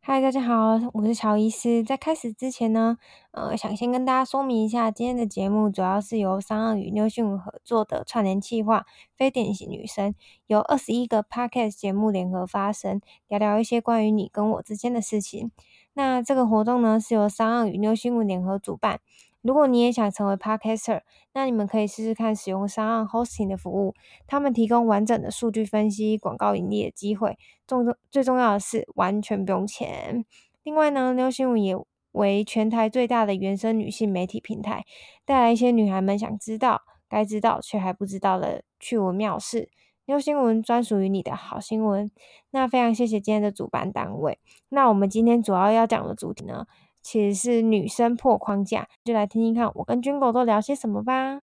嗨，大家好，我是乔伊斯。在开始之前呢，呃，想先跟大家说明一下，今天的节目主要是由三二与妞讯合作的串联企划“非典型女生”，由二十一个 podcast 节目联合发声，聊聊一些关于你跟我之间的事情。那这个活动呢，是由三二与妞新闻联合主办。如果你也想成为 podcaster，那你们可以试试看使用三岸 hosting 的服务，他们提供完整的数据分析、广告盈利的机会，重重最重要的是完全不用钱。另外呢，妞新闻也为全台最大的原生女性媒体平台，带来一些女孩们想知道、该知道却还不知道的趣闻妙事。妞新闻专属于你的好新闻。那非常谢谢今天的主办单位。那我们今天主要要讲的主题呢，其实是女生破框架，就来听听看我跟军狗都聊些什么吧。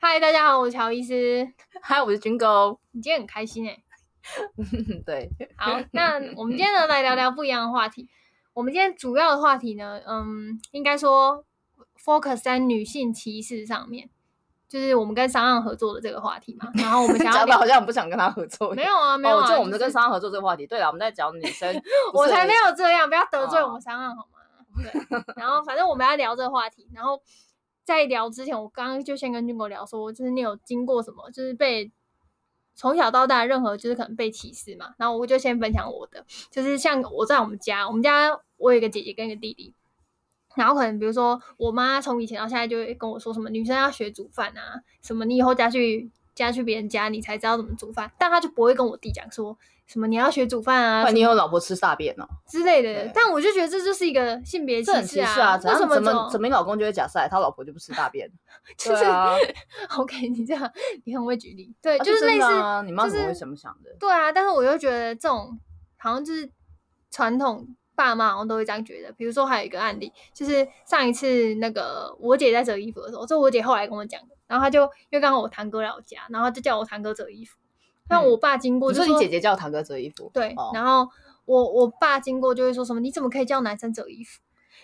嗨，大家好，我是乔医师。嗨，我是军哥。你今天很开心哎、 对，好，那我们今天呢来聊聊不一样的话题。我们今天主要的话题呢，嗯，应该说 focus 在女性歧视上面，就是我们跟商岸合作的这个话题嘛。然后我们想要 讲的聊好像很不想跟他合作一没样。有啊，没有哦，啊，就我们在就跟是，商合作这个话题。对了，我们在讲女生 我才没有。有这样，不要得罪我哦们三岸好吗？对，然后反正我们要聊这个话题，然后在聊之前，我刚刚就先跟军哥聊说，就是你有经过什么，就是被从小到大任何就是可能被歧视嘛，然后我就先分享我的，就是像我在我们家，我们家我有一个姐姐跟一个弟弟。然后可能比如说，我妈从以前到现在就会跟我说什么女生要学煮饭啊，什么你以后嫁去嫁去别人家你才知道怎么煮饭，但她就不会跟我弟讲说什么你要学煮饭啊，什不然么你有老婆吃大便哦，之类的对。但我就觉得这就是一个性别这很视歧视啊！为怎什样么怎总么怎么你老公就会假赛，他老婆就不吃大便？ 就对是、啊， OK？你这样你很会举例，对，啊就是类真似的啊你妈就怎么会是这么想的？对啊，但是我又觉得这种好像就是传统爸妈好像都会这样觉得。比如说还有一个案例，就是上一次那个我姐在折衣服的时候，这我姐后来跟我讲的，然后她就因为刚好我堂哥来我家，然后她就叫我堂哥折衣服。那嗯我爸经过你就说你姐姐叫堂哥折衣服，对，哦然后我我爸经过就会说什么你怎么可以叫男生折衣服？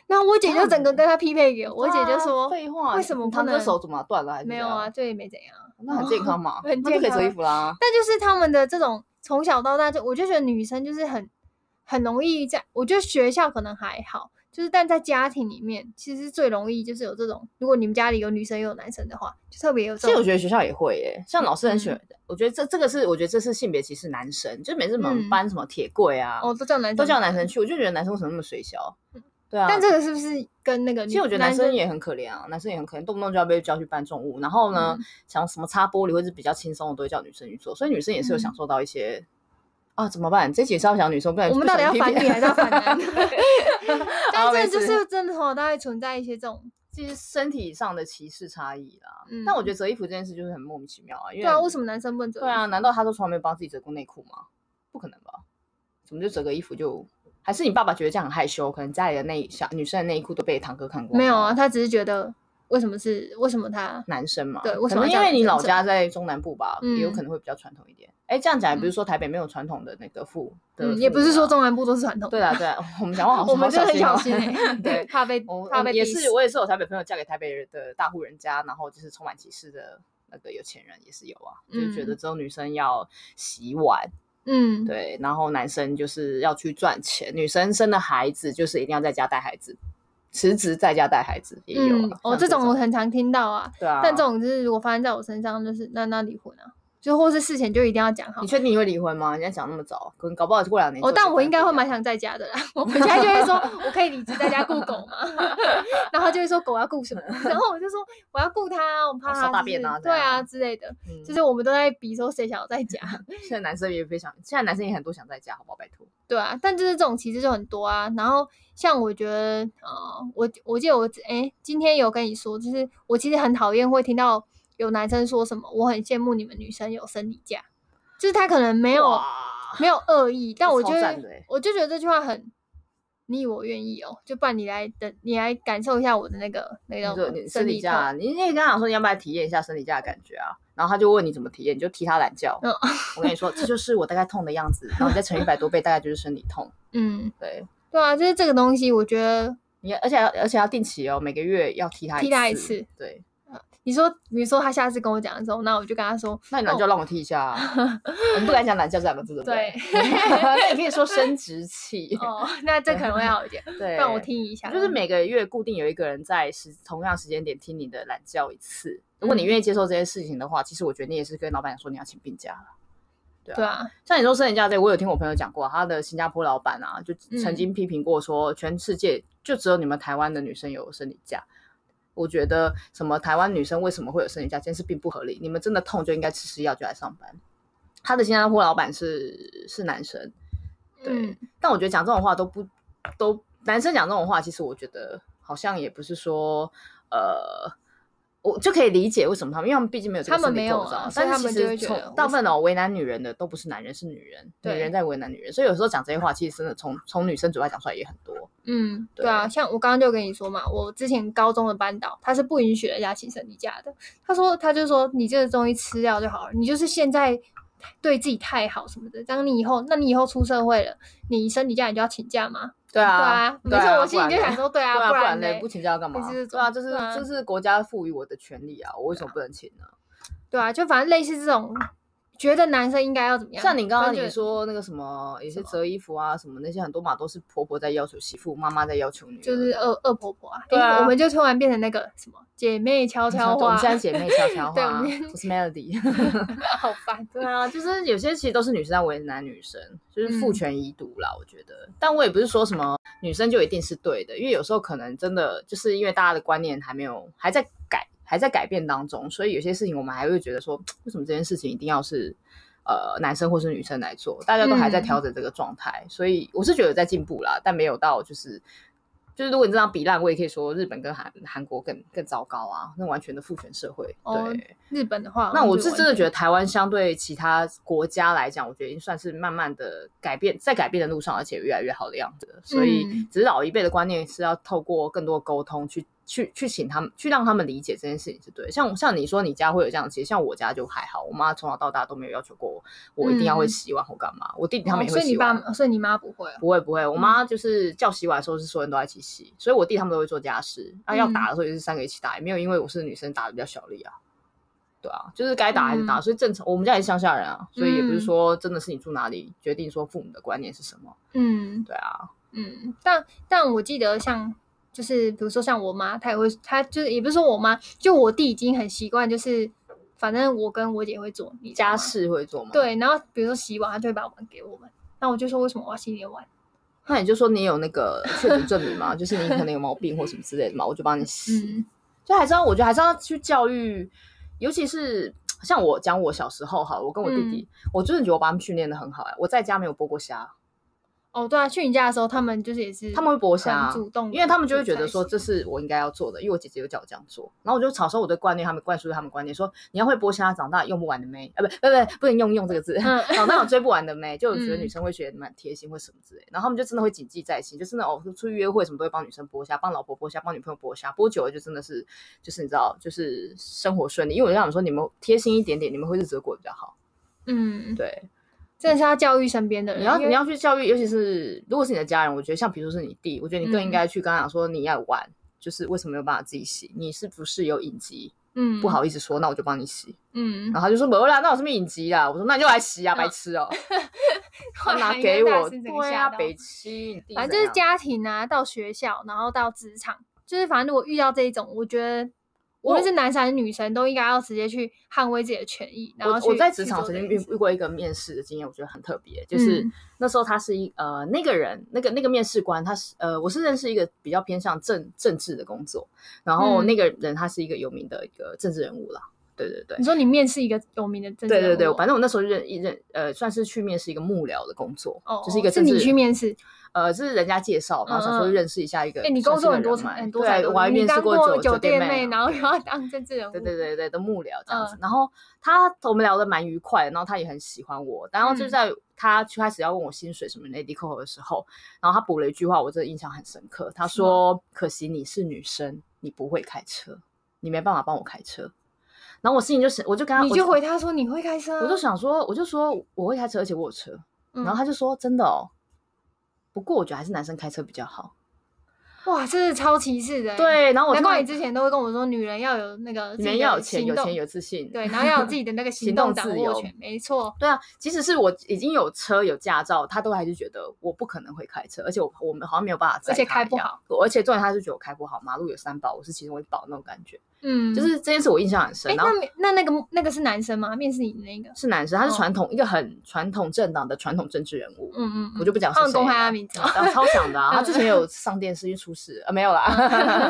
然后我姐就整个嗯跟他匹配给我，我姐就啊说废话，为什么你不堂能哥手怎么断了？还是没怎有样啊，，这也没怎样啊。那很健康嘛， 很那就健可以康折啊衣服啦。但就是他们的这种从小到大就，我就觉得女生就是很很容易在，我觉得学校可能还好，就是但在家庭里面，其实最容易就是有这种，如果你们家里有女生又有男生的话，就特别有其这实我种。觉得学校也会耶、像老师很嗯喜欢，我觉得这这个是我觉得这是性别歧视男生，就每次我嗯们班什么铁柜啊，哦，都叫男生，嗯都叫男生。去，我就觉得男生为什么那么水小？对啊，但这个是不是跟那个女？其实我觉得男生生也很可怜啊，男生也很可怜，动不动就要被叫去搬重物，然后呢，嗯想什么擦玻璃或者是比较轻松的，都会叫女生去做，所以女生也是有嗯享受到一些。啊，怎么办？这集是要讲女生，呃不然我们到底要反女 还是要反男但这好没就事是真的从小到大存在一些这种，就是身体上的歧视差异啦。嗯但我觉得折衣服这件事就是很莫名其妙啊，因为对啊，为什么男生不能折？对啊，，难道他都从来没帮自己折过内裤吗？不可能吧？怎么就折个衣服就？还是你爸爸觉得这样很害羞？可能家里的内小女生的内裤都被堂哥看过。没有啊，，他只是觉得为什么是为什么他男生嘛，对为可什么能因要叫为你男老生家在中南部吧，也有嗯可能会比较传统一点。哎，这样讲也不嗯是说台北没有传统的那个父，的嗯，也父不母是说啊中南部都是传统的，对啦对啦，我们讲话好像我们就好很小哦心哎、，对怕被我我怕被也 diss 是，我也是有台北朋友嫁给台北人的大户人家，然后就是充满歧视的那个有钱人也是有啊，就是觉嗯得只有女生要洗碗，嗯，对，然后男生就是要去赚钱，女生生了孩子就是一定要在家带孩子，辞职在家带孩子也有嗯啊。，哦，像这这种我很常听到啊，对啊，但这种就是如果发生在我身上，就是那那离婚啊，就或是事前就一定要讲好你。确定你会离婚吗？人家讲那么早，可能搞不好过两年之哦，后就发现不一样。但我应该会蛮想在家的啦。 我回家就会说，我可以离职在家顾狗嘛， 然后就会说狗要顾什么，然后我就说我要顾它，我怕哦它、扫大便啊对这啊样之类的，嗯，就是我们都在比说谁想要在家，现在男生也非常，现在男生也很多想在家，好不好？拜托，对啊，但就是这种歧视就很多啊。然后像我觉得，呃，我我记得我哎，今天有跟你说，就是我其实很讨厌会听到有男生说什么，我很羡慕你们女生有生理假，就是他可能没有哇没有恶意，但这我超就会赞的欸我就觉得这句话很你以我愿意哦，就不然你来等你来感受一下我的那个那你说你种生生理理假痛。啊，你你也跟他讲说你要不要体验一下生理假的感觉啊？然后他就问你怎么体验，你就踢他懒觉。嗯我跟你说，这就是我大概痛的样子，然后你再乘一百多倍，大概就是生理痛。嗯，对对啊，就是这个东西，我觉得你，而且要而且要定期哦，每个月要踢他踢他一次对，你说，比如说他下次跟我讲的时候，那我就跟他 说，那你懒觉让我剃一下、 啊，我们不敢讲懒觉这两个字，对不对？ 那也可以说生殖器。哦，那这可能会好一点， 对，让我听一下。就是每个月固定有一个人在时同样时间点听你的懒觉一次。如果你愿意接受这些事情的话，其实我觉得你也是跟老板讲说你要请病假了。对啊，对啊，像你说生理假这个，我有听我朋友讲过，他的新加坡老板啊，就曾经批评过说，全世界就只有你们台湾的女生有生理假。我觉得什么台湾女生为什么会有生理假，这件事并不合理。你们真的痛就应该吃吃药就来上班。他的新加坡老板是是男生，对，嗯但我觉得讲这种话都不都男生讲这种话，其实我觉得好像也不是说呃，我就可以理解为什么他们，因为他们毕竟没有这个他们生没理有构造，啊所以但他是们其就会实觉从得无大部分哦为难女人的都不是男人，是女人，女对人在为难女人，所以有时候讲这些话，其实真的从从女生嘴巴讲出来也很多。嗯，对对啊，像我刚刚就跟你说嘛，我之前高中的班导他是不允许人家请生理假的，他说他就说你这个东西吃掉就好了，你就是现在对自己太好什么的，当你以后，那你以后出社会了，你生理假你就要请假嘛，对对啊，啊，对没啊错，我心里就不然呢想说，对对啊，啊，不然然嘞嘞，不请假干嘛就是？这对啊，种这是对啊这是国家赋予我的权利啊，我为什么不能请呢？对啊，就反正类似这种，觉得男生应该要怎么样？像你刚刚就你说那个什么，有些折衣服啊什么那些，很多嘛都是婆婆在要求媳妇，妈妈在要求女儿，就是恶恶婆婆啊，对啊诶我们就突然变成那个什么姐妹悄悄悄我话们，现在姐妹悄悄对我话，们不是 Melody。 好烦，对啊，就是有些其实都是女生在为难女生，就是父嗯权遗毒啦，我觉得。但我也不是说什么女生就一定是对的，因为有时候可能真的就是因为大家的观念还没有还在改，还在改变当中，所以有些事情我们还会觉得说，为什么这件事情一定要是呃男生或是女生来做？大家都还在嗯调整这个状态，所以我是觉得有在进步啦，但没有到就是。就是如果你这样比烂，我也可以说日本跟韩韩国更更糟糕啊，那完全的父权社会。哦对，日本的话，那我就是完真的全觉得台湾相对其他国家来讲，我觉得已经算是慢慢的改变，在改变的路上，而且越来越好的样子了。所以嗯，只是老一辈的观念是要透过更多沟通去去去请他们，去让他们理解这件事情是对的。像像你说你家会有这样的，其实像我家就还好，我妈从小到大都没有要求过我，我一定要会嗯洗碗或干嘛。我弟弟他哦们也所会以你洗爸碗。啊妈，所以你妈不会哦。不会不会，我妈就是叫洗碗的时候是所有人都在一起洗，所以我弟他们都会做家事。那、要打嗯的时候也是三个一起打，也没有因为我是女生打的比较小力啊。对啊，就是该打还是打，嗯所以正常。我们家也是乡下人啊，所以也不是嗯说真的是你住哪里决定说父母的观念是什么。嗯对啊，嗯，但但我记得像就是比如说像我妈，她也会，她就是也不是说我妈，就我弟已经很习惯，就是反正我跟我姐会做你知道家吗。事会做吗？，对，然后比如说洗碗，他就会把碗给我们。那我就说为什么我要洗你的碗？那你就说你有那个确诊证明嘛， 就是你可能有毛病或什么之类的嘛，我就帮你洗。嗯就还是要，我觉得还是要去教育，尤其是像我讲我小时候哈，我跟我弟弟，嗯我真的觉得我把他们训练的很好哎、我在家没有剥过虾，哦，对啊，去你家的时候，他们就是也是他们会剥虾很主动的，因为他们就会觉得说这就是我应该要做的，因为我姐姐有叫我这样做，然后我就小时候我的观念，他们灌输他们观念说你要会剥虾，长大用不完的妹，啊不不不不能用用这个字，嗯长大有追不完的妹，就有觉得嗯女生会觉得蛮贴心或什么之类，然后他们就真的会谨记在心，就是那种哦出去约会什么都会帮女生剥虾，帮老婆剥虾，帮女朋友剥虾，剥久了就真的是就是你知道就是生活顺利，因为我就想说你们贴心一点点，你们会日子过得比较好，嗯，对。真的是要教育身边的人。你要因为你要去教育，尤其是如果是你的家人，我觉得像比如说是你弟，我觉得你更嗯应该去跟他讲说你要玩，就是为什么没有办法自己洗，你是不是有隐疾？嗯不，好意思说，那我就帮你洗。 嗯，然后他就说没有啦，那有什么隐疾啦？我说那你就来洗啊，嗯白痴 哦、哇他 拿应该给大我，师整个对吓啊，到北七，你弟反怎正就是样家庭啊，到学校，然后到职场，就是反正如果遇到这一种，我觉得无我论是男生还是女生，都应该要直接去捍卫自己的权益。然后我我去在职场去曾做这经件遇事遇过一个面试的经验，我觉得很特别，就是、嗯那时候他是一呃那个人那个那个面试官，他是呃我是认识一个比较偏向政政治的工作，然后嗯那个人他是一个有名的一个政治人物啦，对对对你。说你面试一个有名的嗯政治对人物对哦，对，反正我那时候认一认，呃，算是去面试一个幕僚的工作，哦，就是一个是政治你去面试，呃，是人家介绍，然后想说嗯嗯认识一下一个哎，你算工是作个很多人层脉很多彩对，多我还姿你面试当过酒酒店妹啊然后又对要当政治人物，对对对对的幕僚这样子。嗯然后他我们聊得蛮愉快的，然后他也很喜欢我。然后就嗯在他就开始要问我薪水什么 lady 扣的时候，然后他补了一句话，我真的印象很深刻。他是吗说：“可惜你是女生，你不会开车，你没办法帮我开车。”然后我心里就想，我就跟他，你我就回他说你会开车啊，我就想说，我就说我会开车，而且我有车。嗯，然后他就说：“真的哦，不过我觉得还是男生开车比较好。”哇，这是超歧视的欸。对，然后我难听怪到你之前都会跟我说，女人要有那个自里己面的要有钱，行有动钱有自信，对，然后要有自己的那个行行动动掌自握由权，没错。对啊，即使是我已经有车有驾照，他都还是觉得我不可能会开车，而且我我们好像没有办法载而且他开一不样好，而且重点他是觉得我开不好，马路有三宝，我是其中一宝那种感觉，嗯，就是这件事我印象很哎，深。然后那没那那个那个是男生吗？面试你的那个，是男生，他是哦传统、一个很传统政党的传统政治人物，嗯嗯，嗯我就不讲是他谁们了，公开他名字哦嗯然后超 想的啊，他之前有上电视，因为出事呃没有啦，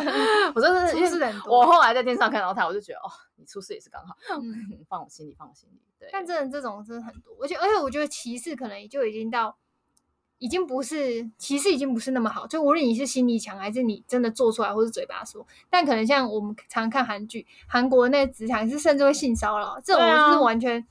我真的是出因为事的很多。我后来在电视上看到他，我就觉得哦，你出事也是刚好，嗯 放我心里，放我心里。对，但真的这种真的很多，而且而且我觉得歧视可能也就已经到，已经不是歧视，已经不是那么好。就无论你是心理强，还是你真的做出来，或是嘴巴说，但可能像我们常看韩剧，韩国那个职场是甚至会性骚扰，这种对我啊是完全。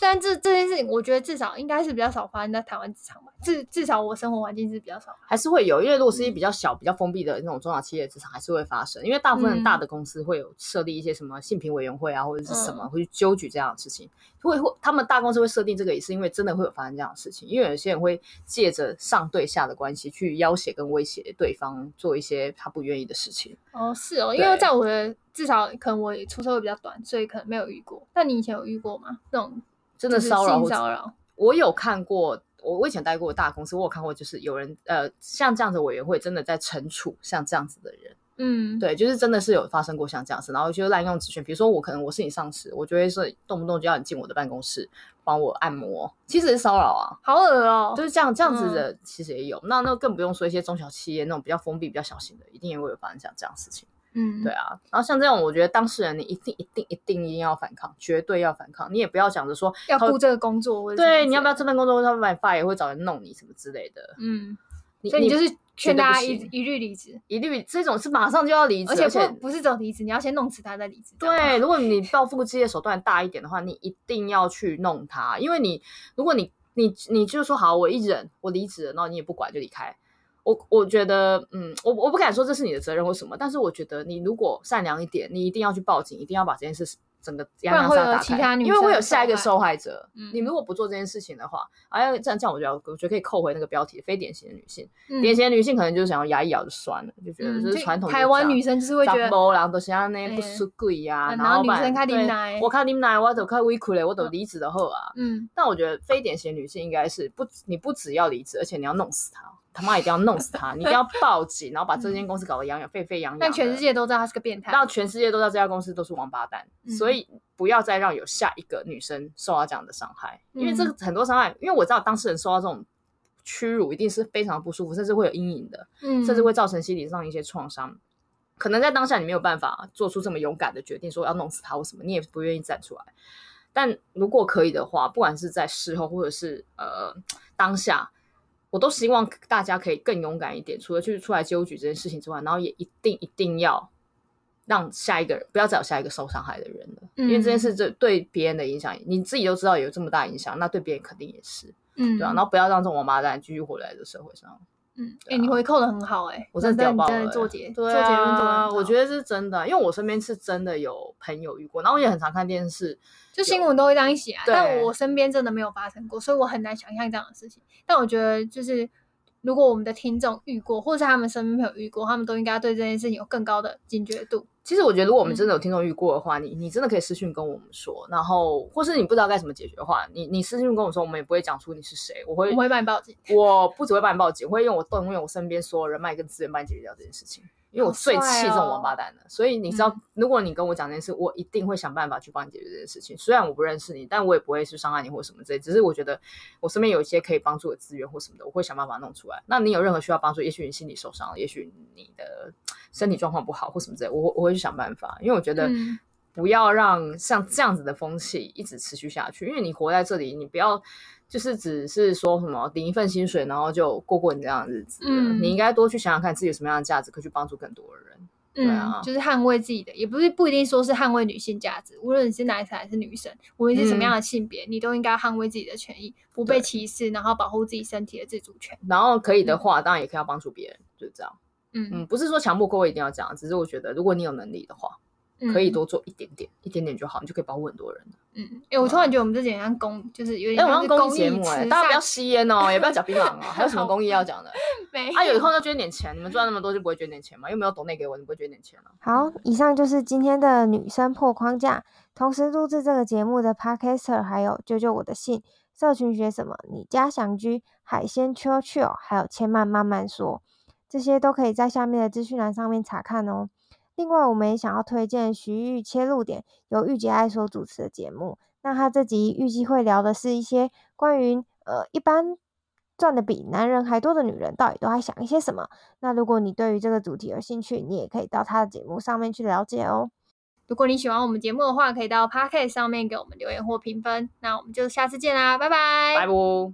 但这这件事情，我觉得至少应该是比较少发生在台湾职场吧，至至少我生活环境是比较少。还是会有，因为如果是嗯一比较小、比较封闭的那种中小企业职场，还是会发生。因为大部分嗯大的公司会有设立一些什么性平委员会啊，或者是什么嗯会去纠举这样的事情。会会，他们大公司会设定这个，也是因为真的会有发生这样的事情。因为有些人会借着上对下的关系去要挟跟威胁对方做一些他不愿意的事情。哦，是哦，因为对在我的至少可能我也出社会比较短，所以可能没有遇过。那你以前有遇过吗？这种真的就是骚扰性或者骚扰，我有看过，我我以前待过的大公司，我有看过，就是有人呃像这样子的委员会真的在惩处像这样子的人。嗯，对，就是真的是有发生过像这样子，然后就滥用职权，比如说我可能我是你上司，我就会说动不动就要你进我的办公室帮我按摩，其实是骚扰啊，好恶哦、就是这样这样子的，其实也有。那那更不用说一些中小企业那种比较封闭、比较小型的，一定也会有发生像这样的事情。嗯，对啊，然后像这种，我觉得当事人你一定一定一定一定要反抗，绝对要反抗，你也不要想着说要他会顾这个工作或者什么对，之你要不要类这的？份工作，他们把你发也会找人弄你什么之类的。嗯，你所以你就是绝劝对大不家一行一律离职，一律这种是马上就要离职，而而且不不是只有离职，你要先弄死他再离职。这样对，吗，如果你报复之业手段大一点的话，你一定要去弄他，因为你如果你你你就说好，我一忍，我离职了，然后你也不管就离开。我我觉得，嗯，我我不敢说这是你的责任或什么，但是我觉得你如果善良一点，你一定要去报警，一定要把这件事整个洋洋会洒有打其开他女因为生会有的下受一个害受害者。嗯你如果不做这件事情的话，哎、啊，这样这样，我觉得我觉得可以扣回那个标题，非典型的女性。嗯典型的女性可能就是想要牙一咬就算了，就觉得嗯就是就传统、台湾女。生就是会觉得，某人就是安尼哎不输鬼啊，啊然然后后女生较看忍耐我看啉奶，我就较委屈嘞，我就离职的后啊。嗯，但我觉得非典型女性应该是不，你不只要离职，而且你要弄死她，他妈一定要弄死她，你一定要报警，然后把这间公司搞得痒痒沸沸扬扬的。但全世界都知道他是个变态。让全世界都知道这家公司都是王八蛋，嗯所以不要再让有下一个女生受到这样的伤害，因为这嗯个很多伤害，因为我知道当事人受到这种屈辱一定是非常不舒服，甚至会有阴影的。嗯，甚至会造成心理上一些创伤。可能在当下你没有办法做出这么勇敢的决定，说要弄死他或什么，你也不愿意站出来。但如果可以的话，不管是在事后或者是呃当下，我都希望大家可以更勇敢一点，除了去出来纠举这件事情之外，然后也一定一定要让下一个人不要再有下一个受伤害的人了，嗯因为这件事对对别人的影响，你自己都知道有这么大影响，那对别人肯定也是，嗯，对啊。然后不要让这种王八蛋继续活在这社会上。嗯，哎，你回扣的很好，哎，我真的那屌你爆了、真欸的！做结做对结论做啊，的，我觉得是真的，因为我身边是真的有朋友遇过，然后我也很常看电视。就新闻都会这样写啊，对但我身边真的没有发生过，所以我很难想象这样的事情。但我觉得，就是如果我们的听众遇过，或者是他们身边朋友遇过，他们都应该对这件事情有更高的警觉度。其实我觉得，如果我们真嗯的有听众遇过的话，你你真的可以私讯跟我们说，然后或是你不知道该怎么解决的话，你你私讯跟我说，我们也不会讲出你是谁，我会我会帮你报警，我不只会帮你报警，我会用我动用我身边所有人脉跟资源帮你解决掉这件事情，因为我好最气帅这种哦王八蛋了。所以你知道嗯，如果你跟我讲这件事，我一定会想办法去帮你解决这件事情。虽然我不认识你，但我也不会去伤害你或什么之类。只是我觉得我身边有一些可以帮助的资源或什么的，我会想办法弄出来。那你有任何需要帮助，也许你心理受伤了，也许你的身体状况不好或什么之类，我会我会去想办法，因为我觉得嗯不要让像这样子的风气一直持续下去，因为你活在这里，你不要就是只是说什么领一份薪水，然后就过过你这样的日子了。嗯你应该多去想想看自己有什么样的价值，可以去帮助更多的人。对啊嗯，就是捍卫自己的，也不是不一定说是捍卫女性价值，无论你是男生还是女生，无论是什么样的性别，你都应该捍卫自己的权益，不被嗯对歧视，然后保护自己身体的自主权。然后可以的话，当然也可以要帮助别人，就是这样。嗯嗯，不是说强迫各位一定要这样，只是我觉得如果你有能力的话，可以多做一点点，一点点就好，你就可以保护很多人。嗯，哎、我突然觉得我们这几天像公，就是有点哎，啊我像们是公益益节目哎、慈大家不善，要吸 烟哦，也不要嚼槟榔哦，还有什么公益要讲的？没啊，有以后要捐点钱，你们赚那么多就不会捐点钱吗？又没有抖内给我，你不会捐点钱啊？好，以上就是今天的女生破框架。同时录制这个节目的 Podcaster 还有救救我的信、社群学什么、你家想居、海鲜 Chill Chill，还有千曼慢慢说，这些都可以在下面的资讯栏上面查看哦。另外，我们也想要推荐徐玉切入点由玉姐爱所主持的节目。那他这集预计会聊的是一些关于呃一般赚的比男人还多的女人到底都在想一些什么。那如果你对于这个主题有兴趣，你也可以到他的节目上面去了解哦。如果你喜欢我们节目的话，可以到 Podcast 上面给我们留言或评分。那我们就下次见啦，拜拜，拜拜。哦